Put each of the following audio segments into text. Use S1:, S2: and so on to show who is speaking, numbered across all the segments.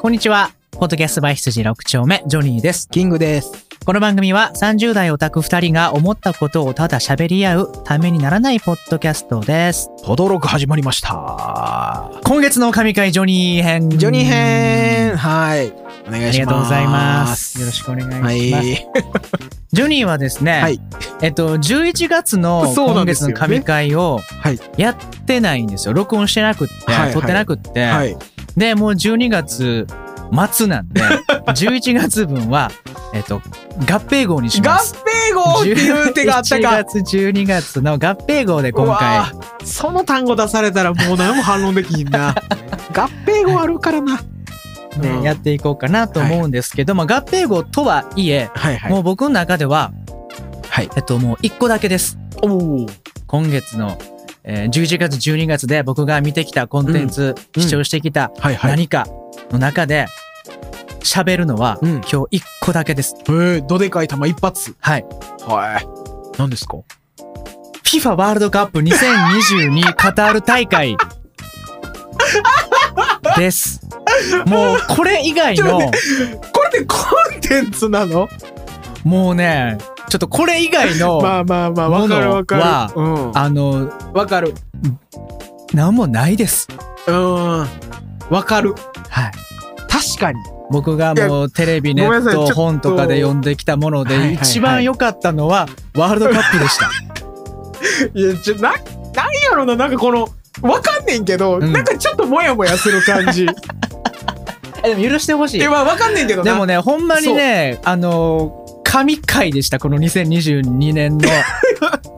S1: こんにちは。ポッドキャストバイ羊6丁目、ジョニーです。
S2: キングです。
S1: この番組は30代オタク2人が思ったことをただ喋り合うためにならないポッドキャストです。
S2: 驚く始まりました。
S1: 今月の神回ジョニー編。
S2: ジョニー編、はい。お願
S1: あ
S2: い
S1: り
S2: します。
S1: がとうございます。よろしくお願いしま
S2: は
S1: す。
S2: い。
S1: ジョニーはですね、
S2: はい
S1: えっと、11月の
S2: そうな
S1: 今
S2: んで
S1: 月
S2: すよ
S1: の
S2: ね
S1: 神回を
S2: はい
S1: やってないんですよ。録音してなくって、
S2: はいはい
S1: 撮ってなくって、
S2: はい。
S1: で、もう12月末なん で、11月分は、えっと、合併号にし
S2: 合
S1: ます。
S2: 併号っていう手があっ た
S1: 11
S2: か。
S1: 月、12月の合併号で
S2: う
S1: 今
S2: わ
S1: 回、
S2: ぁその単語出されたらもう何も反論できひん な。合併号あるからな。
S1: ね
S2: うん
S1: やっていこうかなと思うんですけど、まあ合併号とはいえ、
S2: はいはい。
S1: もう僕の中では、
S2: はい
S1: えっと、もう1個だけです。
S2: おー
S1: 今月の、えー11月、12月で僕が見てきたコンテンツ、
S2: うん
S1: 視聴してきた
S2: はいはい。
S1: 何かの中で、喋るのは、
S2: うん
S1: 今日1個だけです。
S2: えー、どでかい玉一発。
S1: はい。
S2: はい。何ですか
S1: FIFA ワールドカップ2022カタール 大会です。もうこれ以外
S2: ちょっと
S1: の、
S2: これってコンテンツなの
S1: もうね、ちょっとこれ以外の、
S2: まあまあまあ、わかるわかる。うん。
S1: あの、
S2: わかる。
S1: なんもないです。
S2: うん。わかる。
S1: はい。
S2: 確かに。
S1: 僕が
S2: い
S1: もうテレビ、ネ
S2: ごめんな
S1: ッ
S2: さいちょっ
S1: ト、
S2: と
S1: 本とかで読んできたもの
S2: はいはい
S1: で、
S2: はい
S1: 一番良かったのはワールドカップでした。
S2: いや、ちょ、な、なんやろな、なんかこの、わかんねんけど、
S1: ん
S2: なんかちょっともやもやする感 じ。
S1: えでも許してほし い
S2: え、。まあわかんねんけどな。
S1: でもね、ほんまにね、あの、神回でした、この2022 年の、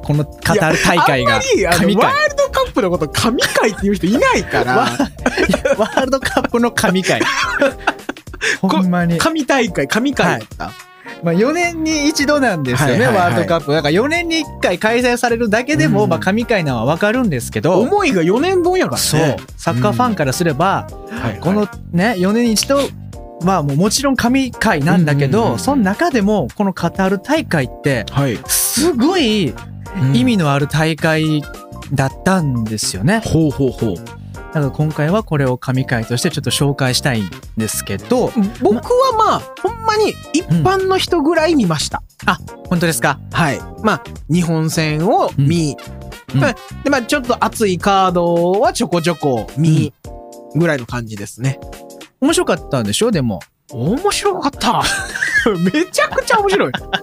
S1: このカタール大会
S2: あ
S1: が
S2: んま。り、あ
S1: 神
S2: の、
S1: 回
S2: ワールドカップのこと、神回っていう人いないか
S1: わ
S2: ら、
S1: ワールドカップの 神回。ほんまに。
S2: 神大会、神回やった。
S1: まあ、4年に一度なんです
S2: は
S1: よね、
S2: いはいはい
S1: ワールドカップ。だから4年に1回開催されるだけでも、
S2: うん
S1: まあ、神回なのはわかるんですけど、
S2: 思いが4年分やからね。
S1: そう、サッカーファンからすれば、
S2: はいはい
S1: このね、4年に一度、まあもうもちろん神回なんだけど、
S2: うんうんうん
S1: その中でも、このカタール大会って、
S2: はい。
S1: すごい意味のある大会だったんですよね。
S2: ほうほうほう。
S1: だから今回はこれを神回としてちょっと紹介したいんですけど、
S2: 僕はまあ、ほんまに一般の人ぐらい見ました。
S1: 本当ですか
S2: はい。まあ、日本戦を見、
S1: うん
S2: まあで、まあ、ちょっと熱いカードはちょこちょこ見、ぐらいの感じですね。
S1: 面白かったんでしょでも。
S2: 面白かった めちゃくちゃ面白い。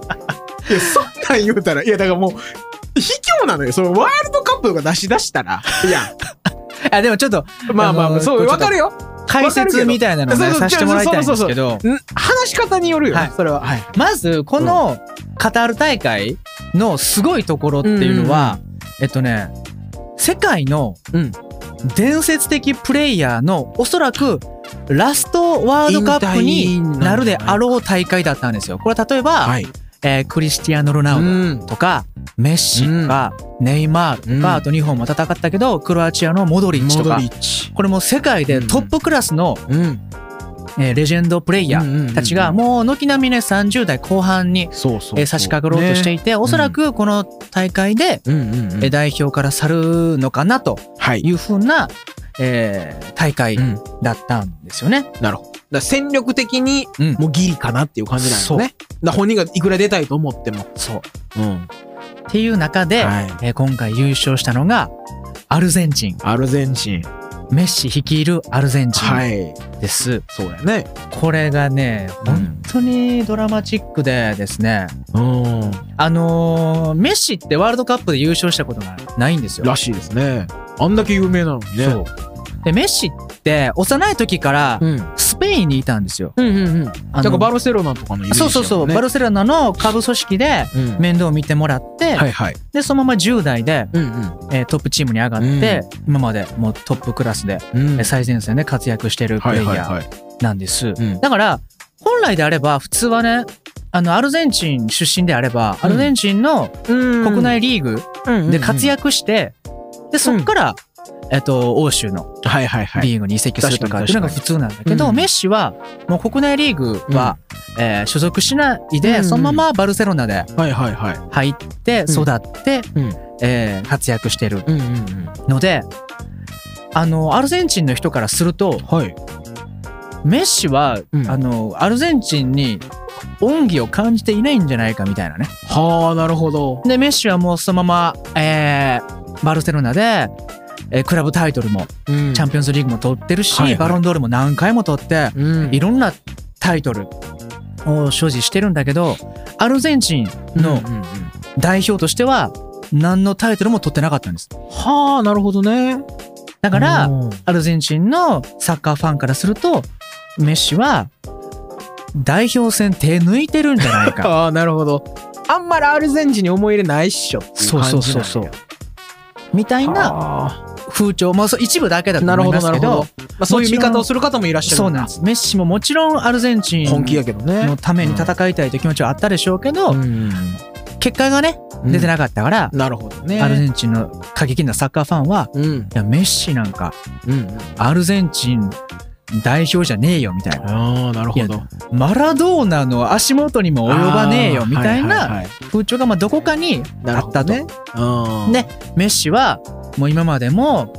S2: いや、そんなん言うたら、いや、だからもう、卑怯なのよ。そのワールドカップとか出し出したら。いや、
S1: あ、でもちょっと
S2: まあまあまあ、そう、
S1: ちょっ
S2: わ
S1: と
S2: かるよ。
S1: 解説みたいなのをね、
S2: わかるけ
S1: さ
S2: ど
S1: せてもらいたいんですけど、
S2: ん話し方によるよ、
S1: はい
S2: それは。はい。
S1: まず、このカタール大会のすごいところっていうのは、えっとね、世界の
S2: うん
S1: 伝説的プレイヤーのおそらくラストワールドカップに
S2: 引退
S1: なるであろう大会だったんですよ。これは例えば、
S2: はい。
S1: えークリスティアーノ・ロ
S2: う
S1: ナウド
S2: ん。
S1: とか、メッシとか、ネイマールとか、
S2: うん
S1: あと日本も戦ったけど、クロアチアのモドリッチとか、
S2: ッチ。
S1: これもう世界でトップクラスの、
S2: うん。
S1: えーレジェンドプレイ
S2: い
S1: ヤーたちが、もう軒並みね、30代後半に、
S2: そうそう
S1: えー差し掛かろうとしていて、おそらくこの大会で、
S2: うんうんうん
S1: えー代表から去るのかなと
S2: はい
S1: い。うふうな、えー大会
S2: うん
S1: だったんですよね。
S2: なるほど。だから戦力的に
S1: うん
S2: もうギリかなっていう感じなんですね。だから本人がいくら出たいと思っても。
S1: そう。
S2: うん。
S1: っていう中で、
S2: はい
S1: えー今回優勝したのが、アルゼンチン。
S2: アルゼンチン。
S1: メッシ率いるアルゼンチン
S2: い。
S1: です。
S2: そうやね。
S1: これがね、
S2: うん
S1: 本当にドラマチックでですね、
S2: うん。
S1: あのーメッシってワールドカップで優勝したことがないんですよ。
S2: らしいですね。あんだけ有名なのにね。
S1: そう。で、メッシって幼い時から
S2: うん。
S1: スペインにいたんですよ。
S2: うんうんうん。だ
S1: あの
S2: からバルセロナとかのイメージ、ね。
S1: そうそうそう、バルセロナの下部組織で
S2: うん
S1: 面倒を見てもらって、
S2: はいはい。
S1: でそのまま10代で、
S2: うん
S1: えートップチームに上がって、今までもうトップクラスで、
S2: うん。
S1: えー最前線で活躍してるプ
S2: はい
S1: レイ
S2: はい
S1: ヤ
S2: はい。
S1: ーなんです、
S2: うん
S1: だから本来であれば普通はねあのアルゼンチン出身であれば、
S2: うん
S1: アルゼンチンの国内リーグで活
S2: 躍。
S1: 躍して、でそっから、えっと欧州の
S2: はいはいはい。
S1: リーグに移籍するとかっていうのが普通なんだけ
S2: 確か
S1: ど、
S2: にうん
S1: メッシはもう国内リーグは、えー所属しないで、
S2: うんうん
S1: そのままバルセロナで
S2: はいはいはい。
S1: 入って育って、
S2: うん
S1: えー活躍してる
S2: うんうんうん。
S1: のであのアルゼンチンの人からすると
S2: はい。
S1: メッシは、
S2: うん
S1: あのアルゼンチンに恩義を感じていないんじゃないかみたいなね
S2: はあ、なるほど。
S1: でメッシはもうそのまま、えーバルセロナで、えークラブタイトルも
S2: うん
S1: チャンピオンズリーグも取ってるし、
S2: はいはい
S1: バロンドールも何回も取って、
S2: うん
S1: いろんなタイトルを所持してるんだけどアルゼンチンの
S2: うんうんうん
S1: 代表としては何のタイトルも取ってなかったんです
S2: はあ、なるほどね。
S1: だから
S2: うん
S1: アルゼンチンのサッカーファンからするとメッシは代表戦手抜いてるんじゃな いか
S2: ああ、なるほど。あんまりアルゼンチンに思い入れないっしょってい
S1: そうそうそうそう
S2: 感
S1: みたい
S2: じなんや。
S1: な
S2: は
S1: 風潮まあそう一部だけだ
S2: あ
S1: と
S2: なる
S1: 思い
S2: ほど、なる
S1: ますけ
S2: ほど
S1: ど。
S2: まあ、そういう見方をする方もいらっしゃる。
S1: そうなんですメッシももちろんアルゼンチン
S2: 本気やけどね。
S1: のために戦いたいという気持ちはあったでしょうけど、
S2: うんうん
S1: 結果がね
S2: うん
S1: 出てなかったから、
S2: なるほどね。
S1: アルゼンチンの過激なサッカーファンは
S2: うん
S1: いやメッシなんか
S2: うん。
S1: アルゼンチン代表じゃねえよみたいな
S2: ああ、なるほ
S1: い
S2: ど。
S1: マラドーナの足元にも及ばねえよみたい
S2: あーは
S1: な
S2: は
S1: 風潮がまあどこかに
S2: な
S1: あ
S2: る
S1: っ
S2: ほ
S1: た
S2: ど
S1: と、
S2: ねはい。
S1: ねメッシはもう今までも、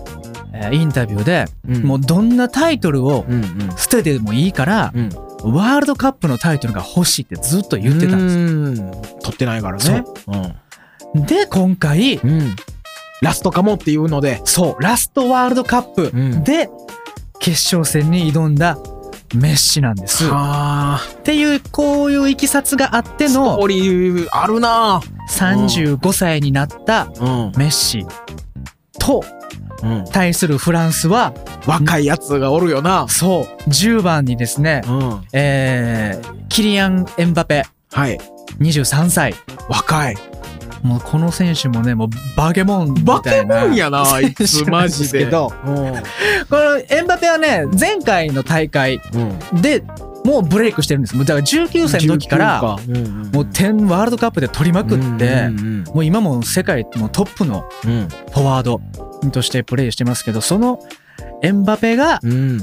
S1: えーインタビューで、
S2: うん、
S1: もうどんなタイトルを
S2: うんうん
S1: 捨ててもいいから、
S2: うん
S1: ワールドカップのタイトルが欲しいってずっと言ってたんです
S2: です取ってないからね。
S1: で今回
S2: うんうんラストかもっていうので。
S1: そうラストワールドカップ
S2: うん
S1: で決勝戦に挑んだメッシなんです。
S2: あ
S1: っていうこういういきさつがあって
S2: ースト
S1: の
S2: ーリーあるな
S1: 35歳になった
S2: うん
S1: メッシと対するフランスは
S2: 若いやつがおるよな。
S1: そう10番にですね
S2: うん
S1: えーキリアン・エンバペ
S2: はい。
S1: 23歳
S2: 若い。
S1: もうこの選手もねもうバケモンみ
S2: バ
S1: た
S2: ケ
S1: い
S2: モ
S1: な
S2: ン やな、 あいつ、マジで。
S1: 選手なんこのエンバペはね前回の大会
S2: うん
S1: でもうブレイクしてるんですもうだから19歳の時から、
S2: 19うんうんうん
S1: もう点ワールドカップで取りまくって、
S2: うんうん
S1: もう今も世界もうトップの
S2: うん
S1: フォワードとしてプレーしてますけど、そのエンバペが
S2: うん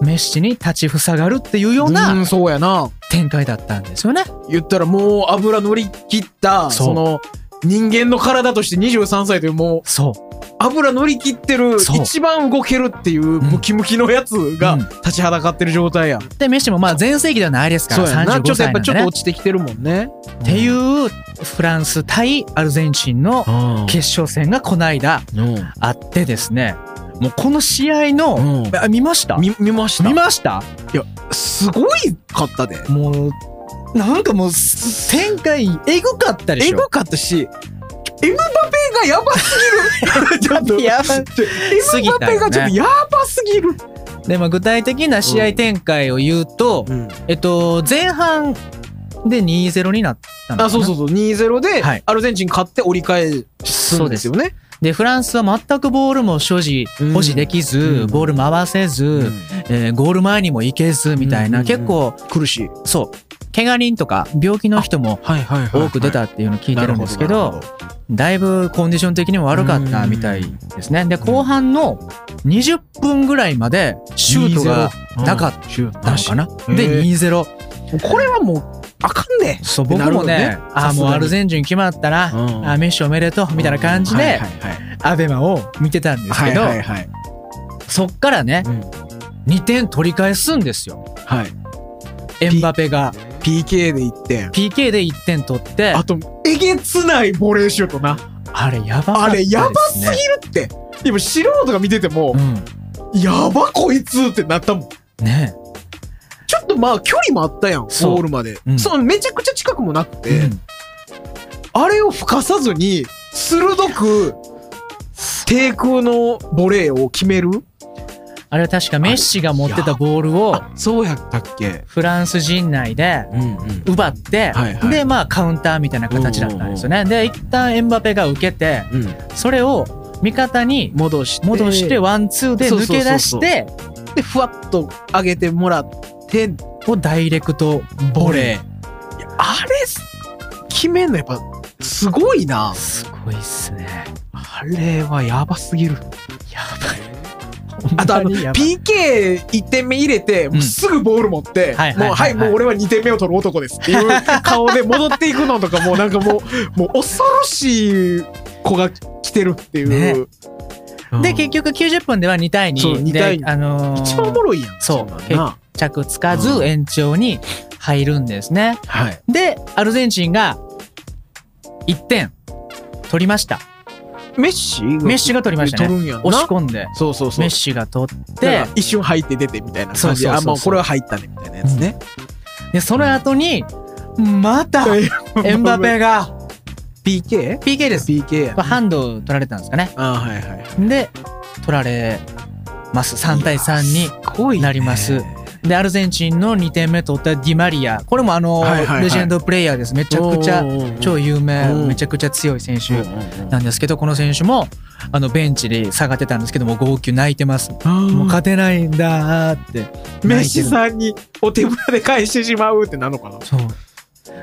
S1: メッシに立ちふさがるっていうよう
S2: う
S1: なん
S2: そうやな。
S1: 展開だったんですよね。
S2: 言ったらもう油乗り切った、
S1: そう
S2: その、人間の体として23歳というもう
S1: そ
S2: 油乗り切ってる
S1: そう
S2: 一番動けるっていうムキムキのやつ
S1: う
S2: が
S1: ん
S2: 立ちはだかってる状態や、
S1: う。で、メッシもまあ全盛期ではないですから、
S2: なちょ
S1: 35
S2: っとや
S1: 歳
S2: っ
S1: な
S2: ぱ
S1: ん
S2: ち
S1: で
S2: ょっと
S1: ね。
S2: 落ちてきてるもんね
S1: っていうフランス対アルゼンチンの
S2: うん
S1: 決勝戦がこの間あってですね、もうこの試合の、
S2: うん
S1: あ見ました
S2: 見見ました
S1: 見ました
S2: すごいかったで
S1: もう、なんかもう、展開エグかったで
S2: エ
S1: しょ
S2: グ。かったしエムバペがやば すぎるちょっと
S1: やば
S2: ちょっと
S1: す
S2: エ
S1: ぎ
S2: ムバ
S1: た
S2: ペ
S1: よ
S2: がちょっ
S1: ね
S2: とやばすぎる、
S1: で、まあ具体的な試合展開を言うと、えっと、前半で2-0になったのかな
S2: あそうそうそう2-0で
S1: はい
S2: アルゼンチン勝って折り返すんですよね
S1: で、フランスは全くボールも所持、
S2: うん
S1: 保持できず、
S2: うん
S1: ボールも合わせず、
S2: うん
S1: えーゴール前にも行けず、みたいな、
S2: うんうんうん
S1: 結構、
S2: 苦しい
S1: そう、怪我人とか病気の人も
S2: はいはいはい
S1: 多く出たっていうのを聞いてるんですけど、だいぶコンディション的にも悪かったみたいですね。で、後半の20分ぐらいまでシュートがなかったたのかな。
S2: うんへ
S1: で、
S2: ー
S1: 2-0。
S2: これはもうあかんね
S1: そう、僕も
S2: な
S1: ね
S2: るほどね、
S1: ああ、もうアルゼンチン決まったな、
S2: うん
S1: あーメッシおめでとう、みたいな感じで、アベマを見てたんですけど、
S2: はいはいはい
S1: そっからね、
S2: うん
S1: 2点取り返すんですよ。
S2: はい
S1: エンバペが
S2: PK で1点
S1: PK で1点取って、
S2: あ
S1: あ
S2: とえげつないボレーシュートな
S1: れやばか
S2: あ
S1: ったで
S2: れ
S1: す、ね。
S2: やばすぎるって今素人が見ててもやばこいつってなったもん
S1: うん。ね
S2: ちょっとまあ距離もあったやんゴ
S1: そう
S2: ールまで
S1: うん
S2: そのめちゃくちゃ近くもなく
S1: え
S2: てあれを吹かさずに鋭く低空のボレーを決める
S1: あれは確かメッシが持ってたボールを
S2: そうやったっけ
S1: フランス陣内で
S2: うんうん
S1: 奪って、
S2: はいはい
S1: で、まあカウンターみたいな形だったんですよね。で、一旦エンバペが受けて、それを味方に
S2: 戻して
S1: 戻してワンツーで抜け出して、
S2: でふわっと上げてもらって
S1: をダイレクトボレー。
S2: あれ決めんのやっぱすごいな
S1: すごいっすね。
S2: あれはやばすぎる
S1: やばい。
S2: あとあの
S1: ほんまにやばい
S2: PK1 点目入れて、もうすぐボール持って、
S1: はいはいはいはい
S2: もうはいもう俺は2点目を取る男ですっていう 顔で戻っていくのとかもうなんかもうもう恐ろしい子が来てるっていう、
S1: ねで、結局90分では2対
S2: そう
S1: 2
S2: 2
S1: で
S2: 対、二
S1: あのー
S2: 一番おもろいやん。
S1: そうん
S2: なんな
S1: 決着つかず
S2: うん
S1: 延長に入るんですね。
S2: はい。
S1: で、アルゼンチンが1点取りました。
S2: メッシ
S1: メッシが取りましたね
S2: 取るんやんな
S1: 押し込んで、
S2: そうそうそう
S1: メッ。シが取っ
S2: だ
S1: て
S2: から、一瞬入って出てみたいな感じで
S1: そうそうそう
S2: あ
S1: そう
S2: もうこれは入ったねみたいなやつね、
S1: で、その後に、また、 エンバペが
S2: PK?PK
S1: PK です。
S2: や
S1: これハンド取られたんですかね。
S2: あはいはいはい
S1: で、取られます。3対3になります。で、アルゼンチンの2点目取ったディマリア。これもあの、
S2: はいはいはい
S1: レジェンドプレイヤーです。めちゃくちゃ超
S2: い
S1: 有名、
S2: うん
S1: めちゃくちゃ強い選
S2: いね
S1: 手なんですけど、この選手も、あの、ベンチで下がってたんですけども、号泣泣いてます。
S2: うん
S1: もう
S2: もうか
S1: 勝てないんだーって。
S2: メッシさんにお手ぶらで返してしまうってなのかな
S1: そう。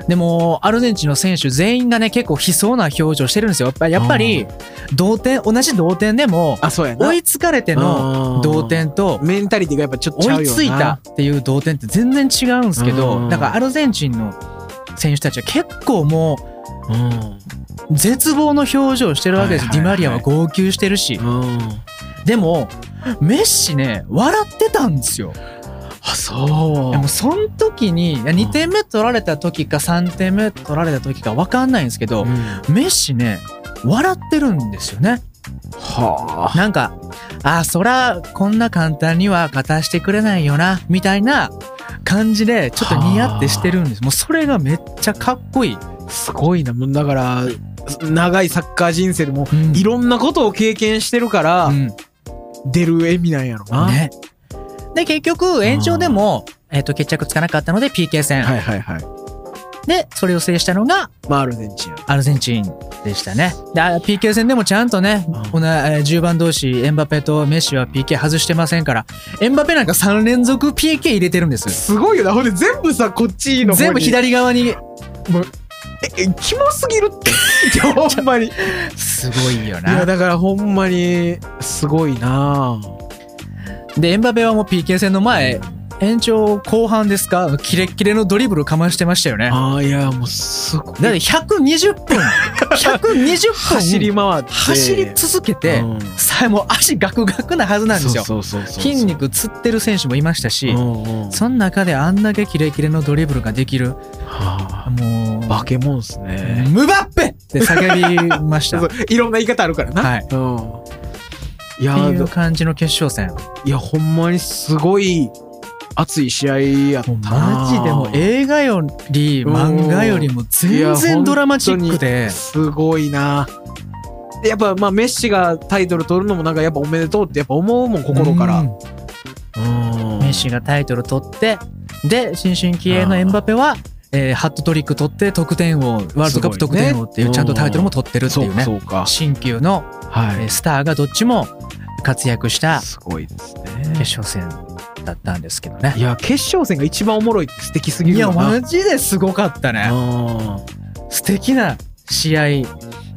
S1: でも、アルゼンチンの選手全員がね、結構悲壮な表情してるんですよ。やっぱやっぱり、同点、同じ同点でも、
S2: あそうやな
S1: 追いつかれての
S2: の
S1: 同点と、
S2: メンタリティがやっぱちょっとちゃうよ
S1: 追い
S2: な
S1: ついたっていう同点って全然違うんですけ
S2: う
S1: ど、
S2: ん
S1: だからアルゼンチンの選手たちは結構も
S2: うん
S1: う、絶望の表情してるわけです。
S2: はい
S1: デ
S2: はいはい
S1: ィマリアは号泣してるし。
S2: うん
S1: でも、メッシね、笑ってたんですよ。
S2: あそ
S1: でも、その時に、いや2点目取られた時か3点目取られた時か分かんないんですけ
S2: う、
S1: ど
S2: ん
S1: メッシね、笑ってるんですよね。
S2: はあ
S1: なんか、あー、そら、こんな簡単には勝たしてくれないよな、みたいな感じで、ちょっとニヤってしてるんです。もうそれがめっちゃかっこいい。
S2: すごいなもうだから長いサッカー人生でも
S1: うん
S2: いろんなことを経験してるから、
S1: うん
S2: 出る笑みなんやろな。
S1: ね。で、結局、延長でも、えっと、決着つかなかったので、PK 戦。
S2: はいはいはい。
S1: で、それを制したのが、
S2: まあ、アルゼンチンや
S1: アルゼンチンでしたね。で、あ PK 戦でもちゃんとね、
S2: うん
S1: このえー10番同士、エンバペとメッシは PK 外してませんから、エンバペなんか3連続 PK 入れてるんです。
S2: すごいよな。ほんで全部さ、こっちの方に。
S1: 全部。左側に
S2: え、えキモすぎるって。いや ほんまに。い
S1: すごいよ
S2: や、
S1: な
S2: だからほんまに、すごいな
S1: でエンバペはもう PK 戦の前延長後半ですかキレッキレのドリブルかましてましたよね
S2: ああ、いや、もうすごい。
S1: だって120分120分
S2: 走り回って。
S1: 走り続けて、
S2: うん
S1: さえもう足ガクガクなはずなんですよ
S2: そうそうそうそう。
S1: 筋肉つってる選手もいましたし、
S2: うんうん。
S1: その中であんだけキレキレのドリブルができる
S2: は
S1: も
S2: あ
S1: う
S2: 化け物っすね。
S1: ムバッペって叫びま した
S2: そ
S1: っ
S2: ういろんな言い方あるからな。
S1: はい
S2: うん。い
S1: て
S2: や
S1: い
S2: ー
S1: う、感じの決勝戦
S2: いや、ほんまにすごい熱い試合やった
S1: もう
S2: な。
S1: マジでもう映画より漫画よりも全然ドラマチックで、
S2: すごいな。やっぱまあメッシがタイトル取るのもなんかやっぱおめでとうってやっぱ思うもん心から。
S1: うんメ
S2: メ
S1: ッシがタイトル取ってで新進気鋭のエンバペは、えーハットトリック取って得点王ワールドカップ
S2: す
S1: 得
S2: ごいね
S1: 点王っていうちゃんとタイトルも取ってるって
S2: そ
S1: いうう
S2: か
S1: ね
S2: そうか。
S1: 新旧の、
S2: は
S1: えー
S2: い。
S1: スターがどっちも活躍した
S2: すごいですね。
S1: 決勝戦だったんですけど
S2: い
S1: ね
S2: や決勝戦が一番おもろいって素敵すぎ
S1: い
S2: る
S1: や
S2: よな。
S1: マジですごかったね
S2: うん
S1: 素敵な試合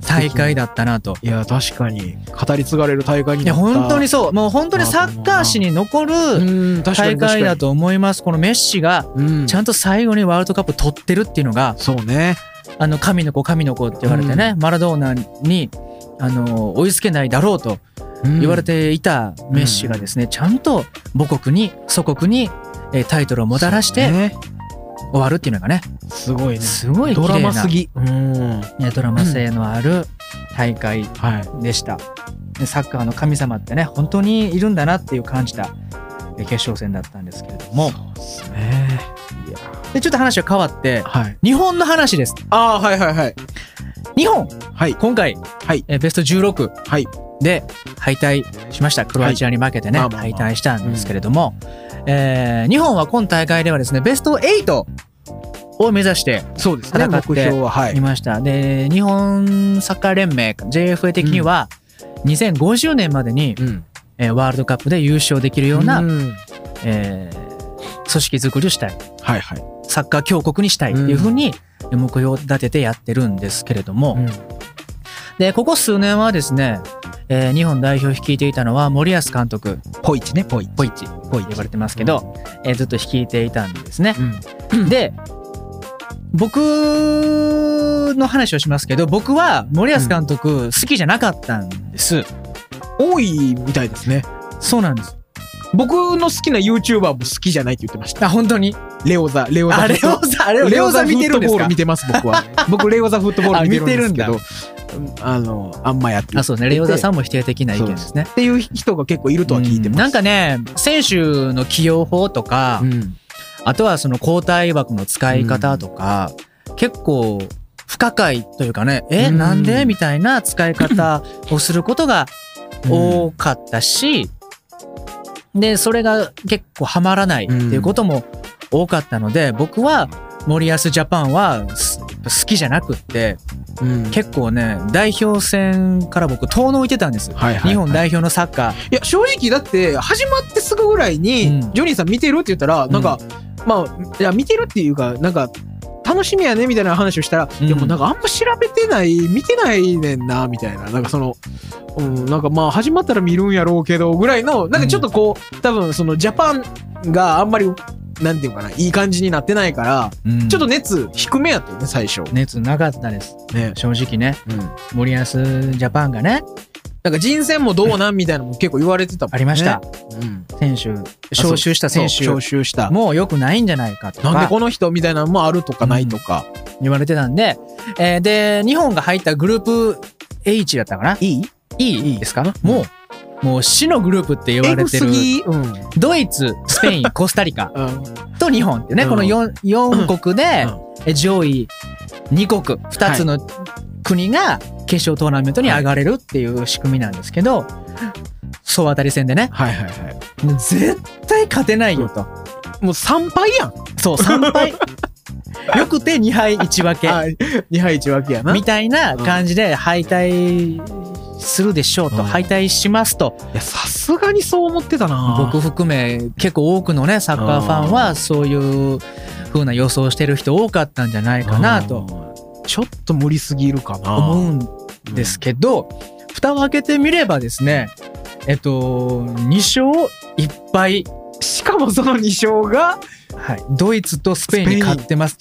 S1: 大会だったなと
S2: いや確かに語り継がれる大会に
S1: いや
S2: なった。
S1: 本当にそうもう本当にサッカー史に残る
S2: うん確か
S1: 大
S2: に確か
S1: 会
S2: に
S1: だ。と思います。このメッシが
S2: うん
S1: ちゃんと最後にワールドカップ取ってるっていうのが、
S2: そうね。
S1: あの神の子神の子って言われてね、マラドーナにあの追いつけないだろうと
S2: うん
S1: 言われていたメッシがですね、ちゃんと母国に祖国にえータイトルをもたらして
S2: ね
S1: 終わるっていうのがね、
S2: すごいね。
S1: すごい綺
S2: ドラ
S1: 麗
S2: マす
S1: な
S2: ぎ。うん。は
S1: ねドラマ性のある大会
S2: い。
S1: でした。でサッカーの神様ってね本当にいるんだなっていう感じたえー決勝戦だったんですけれども
S2: そうですね。
S1: でちょっと話は変わって
S2: はい。
S1: 日本の話です。
S2: ああはいはいはい
S1: 日本
S2: はい
S1: 今回、
S2: はい
S1: えーベスト16
S2: はい。
S1: で敗退しましたクロアチアに負けてね、
S2: はいまあまあ
S1: 敗
S2: まあ
S1: 退したんですけれども、えー日本は今大会ではですねベスト8を目指して
S2: そうですね。
S1: 戦
S2: 目
S1: って
S2: 標は、はい
S1: い。ました、で日本サッカー連盟 JFA 的には、2050年までに、
S2: ん。
S1: えーワールドカップで優勝できるような、えー組織作りをしたい
S2: はいはい。
S1: サッカー強国にしたいっていうふうに目標を立ててやってるんですけれども、で、ここ数年はですね、えー日本代表を率いていたのは森保監督、
S2: ポイチね、ポイチ。
S1: ポイチ、ポイチ呼ばれてますけど、えーずっと率いていたんですね
S2: う。ん。
S1: で、僕の話をしますけど、僕は森保監督好きじゃなかったんです。
S2: 多いみたいですね。
S1: そうなんです。
S2: 僕の好きな YouTuber も好きじゃないって言ってました。
S1: あ、本当に。
S2: レオザ、レオザ。
S1: あ、レオザ、あれ
S2: レオザ
S1: レ
S2: 見てるんです
S1: フットボール
S2: か見てます、僕 は。僕、レオザフットボール見てるんですけど、あの、あんまやってる
S1: あ、そうね。レオザさんも否定的な意見ですね。
S2: っていう人が結構いるとは聞いて
S1: うん
S2: ます。
S1: なんかね、選手の起用法とか、
S2: うん、
S1: あとはその交代枠の使い方とか、結構不可解というかね、え、
S2: うん
S1: なんでみたいな使い方をすることが多かったし、で、それが結構ハマらないっていうことも多かったので、僕は森保ジャパンはす好きじゃなくって、
S2: うん
S1: 結構ね、代表戦から僕遠のいてたんです。
S2: はいはいはい
S1: 日本代表のサッカー。
S2: いや正直だって始まってすぐぐらいに、
S1: うん
S2: ジョニーさん見てるって言ったら
S1: ん
S2: なんか、まあいや見てるっていうかなんか楽しみやねみたいな話をしたら、
S1: うん
S2: でもなんかあんま調べてない見てないねんなみたいななんかその、うん、なんかまあ始まったら見るんやろうけどぐらいのなんかちょっとこう、多分そのジャパンがあんまりなんていうかないい感じになってないから、
S1: うん
S2: ちょっと熱低めやったよね最初
S1: 熱なかったです。
S2: ね、
S1: 正直ね。
S2: うん、
S1: 森保ジャパンがね、
S2: なんか人選もどうなんみたいなのも結構言われてたもんね
S1: ありました。
S2: うん、
S1: 選手、招集した選
S2: そ
S1: 手
S2: う招集した
S1: もう良くないんじゃないかと
S2: なんで
S1: か
S2: この人みたいなのもあるとかないとか。
S1: 言われてたんで、えーで、日本が入ったグループ H だったかな
S2: E?
S1: いいですかもう、もう死のグループって言わ
S2: エ
S1: れ
S2: グ
S1: て
S2: す
S1: る、
S2: ぎうん。うん。
S1: ドイツ、スペイン、コスタリカ と日本っていうね、
S2: うん
S1: この 4, 四国で
S2: うん
S1: え上位2国、2つの国が決勝トーナメントに上がれるっていう仕組みなんですけど、総当たり戦でね、
S2: はいはいは
S1: もう絶対勝てないよと。
S2: い。もう3敗やん。
S1: そう、3敗。よくて2敗1分け。
S2: はい。2敗1分けやな。
S1: みたいな感じで敗退するでしょうと、
S2: うん
S1: 敗退しますと、
S2: いや、さすがにそう思ってたな
S1: 僕含め結構多くのね、サッカーファンはそういう風な予想してる人多かったんじゃないかなと
S2: と。ちょっと無理すぎるかな
S1: 思うんですけど、蓋を開けてみればですね、えっと、2勝1敗、
S2: うんしかもその2勝が
S1: はい、ドイツとスペインに勝ってます。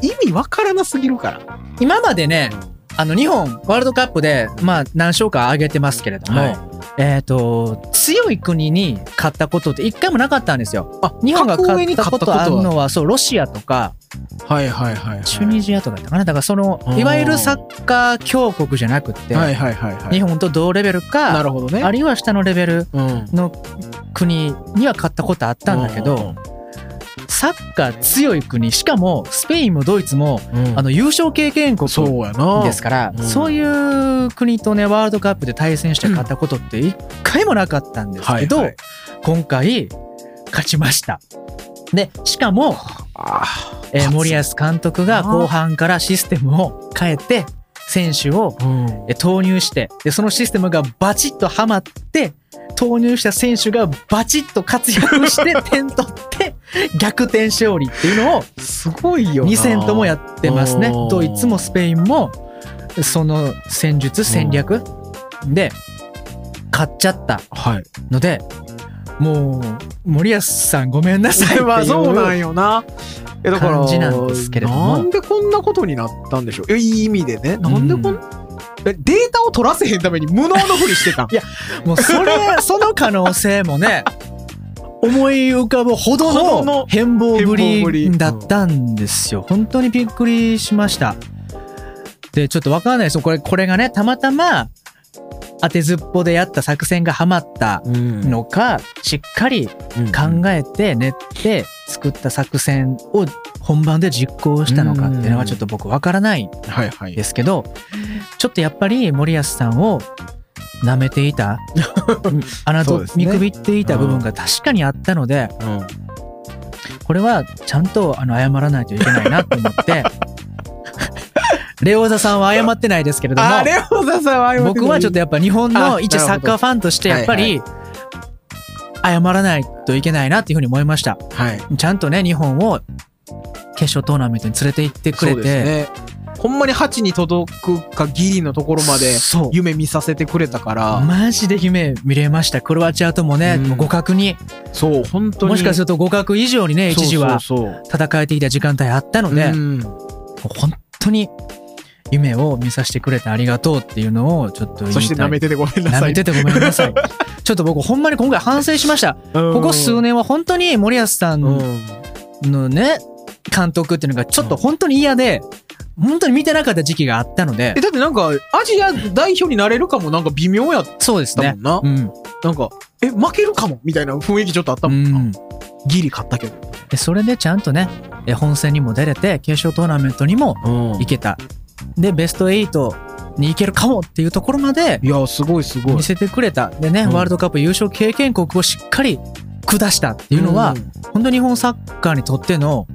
S2: 意味わからなすぎるから。
S1: 今までね、あの日本ワールドカップで、まあ、何勝か挙げてますけれども、
S2: はい
S1: えっ、と強い国に勝ったことって一回もなかったんですよ。
S2: あ、
S1: 日本が
S2: 格
S1: 勝
S2: 上に
S1: った
S2: 勝っ
S1: こ
S2: た
S1: とある
S2: は。
S1: のはそうロシアとか
S2: はいはいはいはい。
S1: チュニジアとかだったかなだからその
S2: うん
S1: いわゆるサッカー強国じゃなくって、
S2: はいはいはいはい。
S1: 日本と同レベル
S2: な
S1: か、
S2: るほどね。
S1: あるいは下のレベル
S2: うん。
S1: の国には勝ったことあったんだけど、サッカー強い国しかもスペインもドイツも、
S2: うん、うん
S1: あの優勝経験国
S2: そうやな
S1: ですから、
S2: うん
S1: そういう国とねワールドカップで対戦して勝ったことって一回もなかったんですけど、
S2: はいはい
S1: 今回勝ちました。でしかも、
S2: あ
S1: えー
S2: 勝つ
S1: 森保監督が後半からシステムを変えて選手を
S2: ーうん
S1: えー投入してでそのシステムがバチッとはまって投入した選手がバチッと活躍して点取って逆転勝利っていうのを
S2: すごいよな。
S1: 2戦ともやってますね
S2: うん
S1: ドイツもスペインもその戦術戦略で勝っちゃった
S2: はい。
S1: のでもう森保さんごめんなさいっていう
S2: まあ そうなんよ な。えだから
S1: 感じなんですけれども
S2: なんでこんなことになったんでしょう。えいい意味でね。なんでこ
S1: うん
S2: んえデータを取らせへんために無能のふりしてたん
S1: いやもうそれその可能性 もね思い浮かぶほど
S2: ほど
S1: の
S2: の
S1: 変貌ぶ
S2: 変貌ぶ
S1: り
S2: り
S1: だったんですよ本当にびっくりしましたでちょっとわからないですよこれこれがねたまたま当てずっぽでやった作戦がはまった
S2: の
S1: のかしっかり考えて練って作った作戦を本番で実行したのかっていうのはちょっと僕わからないん
S2: えはいはい。
S1: ですけどちょっとやっぱり森保さんを舐めていたあな
S2: そう
S1: と
S2: ですね
S1: 見くびっていた部分が確かにあったので
S2: うん
S1: これはちゃんとあの謝らないといけないなと思ってレオザさんは謝ってないですけれども
S2: あれをささは
S1: 僕はちょっとやっぱ日本の
S2: あ
S1: 一サッカーファンとして
S2: な
S1: やっ
S2: る
S1: ぱ
S2: ほど
S1: り謝らないといけないなっていうふうに思いました
S2: はい。
S1: ちゃんとね日本を決勝トーナメントに連れて行ってくれ
S2: そうです
S1: て
S2: ね。ほんまに8に届くかギリのところまで
S1: そう
S2: 夢見させてくれたから、
S1: マジで夢見れましたクロアチアともね
S2: うん
S1: もう互角に
S2: そう本当に
S1: もしかす
S2: る
S1: ると互角以上にね一時は
S2: そうそう
S1: 戦えていた時間帯あった
S2: そ
S1: の
S2: う
S1: で
S2: うん
S1: 本当に夢を見させてくれてありがとうっていうのをちょっと言いたい
S2: そして舐めててごめんなさ
S1: 舐
S2: い
S1: めててごめん なさいちょっと僕ほんまに今回反省しましたこ
S2: こ
S1: こ数年は本当に森保さ
S2: うん
S1: んのね監督っていうのがちょっと本当に嫌で本当に見てなかった時期があったので
S2: えだってなんかアジア代表になれるかもなんか微妙やっ
S1: そうです
S2: た
S1: ね
S2: もんな、
S1: うん、
S2: なんかえ負けるかもみたいな雰囲気ちょっとあった
S1: う
S2: もんな、
S1: ん、
S2: ギリ勝ったけど
S1: でそれでちゃんとねえ本戦にも出れて決勝トーナメントにも行けたでベスト8に行けるかもっていうところまで
S2: いやすごいすごい
S1: 見せてくれたでね、
S2: うん
S1: ワールドカップ優勝経験国をしっかり下したっていうのは、本当に日本サッカーにとっての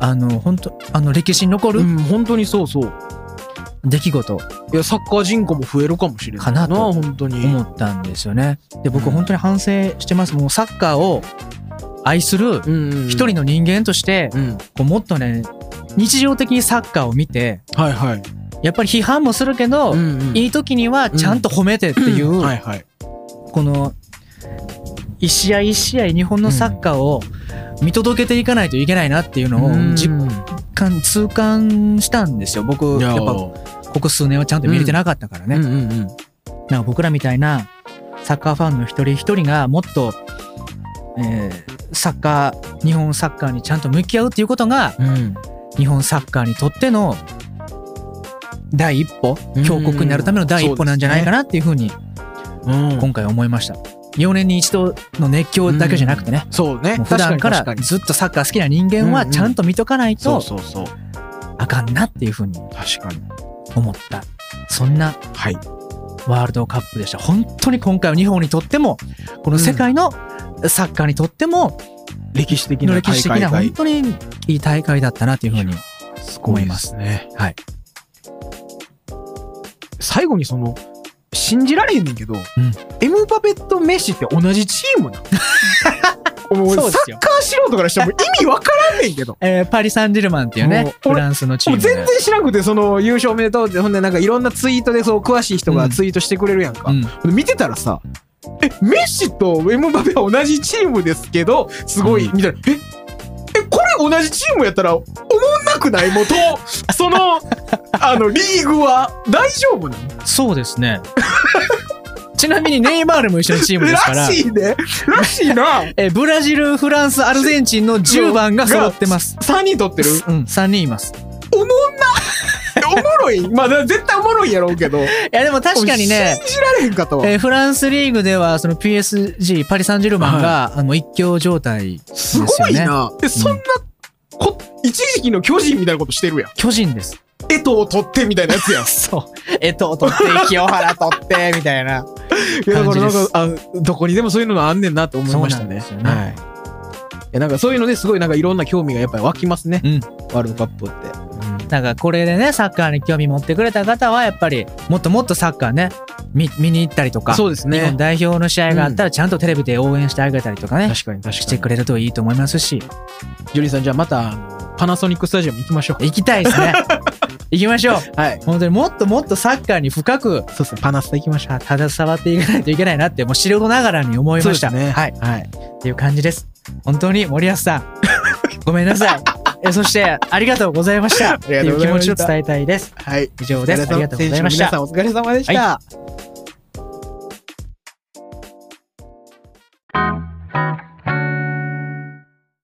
S1: あの本当あの歴史に残
S2: うん、う
S1: る
S2: ん本当にそうそう
S1: 出来事
S2: いやサッカー人口も増えるかもしれない
S1: かなと
S2: 本当に
S1: 思ったんですよね。で僕
S2: うん
S1: 本当に反省してます。もうサッカーを愛する
S2: うん
S1: 一人の人間として、
S2: うん
S1: こうもっとね日常的にサッカーを見て
S2: はいはい
S1: やっぱり批判もするけど、
S2: んん
S1: いい時にはちゃんと褒めてっていう、
S2: はいはい
S1: この一試合一試合日本のサッカーを見届けていかないといけないなっていうのを実感痛感したんですよ僕
S2: い
S1: や
S2: や
S1: っぱここ数年はちゃんと見れてなかったからね、
S2: うんうんうん
S1: なんか僕らみたいなサッカーファンの一人一人がもっと、えーサッカー日本サッカーにちゃんと向き合うっていうことが
S2: うん
S1: 日本サッカーにとっての第一歩
S2: うん
S1: 強国になるための第一歩なんじゃないかなっていうふうに
S2: うん
S1: 今回思いました4年に一度の熱狂だけじゃなくてね、
S2: そうね
S1: もう普段から
S2: 確に確に
S1: ずっとサッカー好きな人間
S2: うん
S1: は
S2: うん
S1: ちゃんと見とかない
S2: そう
S1: と
S2: そうそう
S1: あかんなっていうふうに
S2: 確かに
S1: 思ったそんな
S2: はい
S1: ワールドカップでした本当に今回は日本にとってもこの世界のサッカーにとっても
S2: 歴史的な大
S1: 歴史的
S2: 会
S1: な
S2: が
S1: 本当にいい大会だったなっていうふうに思います。
S2: すね
S1: はい
S2: 最後にその信じられへんねんけど、エムバペとメッシって同じチー ムなのもう
S1: そうで
S2: サ
S1: すよ
S2: ッカー素人からしたらもう意味わからんねんけど
S1: えーパリ・サンジェルマンっていう
S2: も
S1: ね
S2: う
S1: フ
S2: 俺
S1: ランスのチー
S2: もう
S1: ムで
S2: 全然知らんくてその優勝おめでとうってほんでなんかいろんなツイートでそう詳しい人がツイートしてくれるやんか、
S1: うん
S2: で見てたらさえメッシとエムバペは同じチームですけどすごい、
S1: うん
S2: みたいなええこれ同じチームやったらおもんなくない もうとそのあのリーグは大丈夫なの
S1: そうですね ちなみにネイマールも一緒のチームですから
S2: らしいねらしいな
S1: えーブラジル、フランス、アルゼンチンの10番が揃ってます。
S2: 3人取ってる
S1: うん、3人います。
S2: おもんなおもろいまあ絶対おもろいやろうけど
S1: いや、でも確かにね、
S2: 俺信じられへんかったわ、
S1: えーフランスリーグでは、その PSG、パリ・サンジェルマンが、あの、一強状態、
S2: すごい
S1: です
S2: なえそんなこ一時期の巨人みたいなことしてるやん
S1: 巨人です。
S2: 江藤を取ってみたいなやつやん
S1: そう。えと、取って、清原取って、みたいな。
S2: いやだからなん
S1: 感
S2: かあどこにでもそういうのがあんねんなと思いましたね。
S1: そうなん
S2: はい。いやなんかそういうのですごいなんかいろんな興味がやっぱり湧きますね。
S1: うん
S2: ワールドカップって。
S1: なんか、これでね、サッカーに興味持ってくれた方は、やっぱり、もっともっとサッカーね、見、見に行ったりとか、
S2: そうです
S1: 日本
S2: ね。
S1: 代表の試合があったら、ちゃんとテレビで応援してあげたりとかね、
S2: 確かに確かに。
S1: してくれるといいと思いますし、
S2: ジョリーさんじゃあまたあのパナソニックスタジアム行きましょ
S1: 行きたい ですね。行きましょう。
S2: う。はい。
S1: 本当にもっともっとサッカーに深く
S2: そうですね。パナスタ行きましょう。
S1: た携わっていかないといけないなってもう素人ながらに思いました、
S2: そうですね
S1: はい
S2: はい。
S1: っていう感じです本当に森保さ んごめんなさいえそしてありがとうございましたって
S2: りが
S1: い
S2: とうご
S1: う気
S2: ざい
S1: 持
S2: まし
S1: ち
S2: た
S1: を伝えたいです
S2: はい。
S1: 以上ですありがとうございまし
S2: 選手の皆
S1: た
S2: さんお疲れ様でした。
S1: は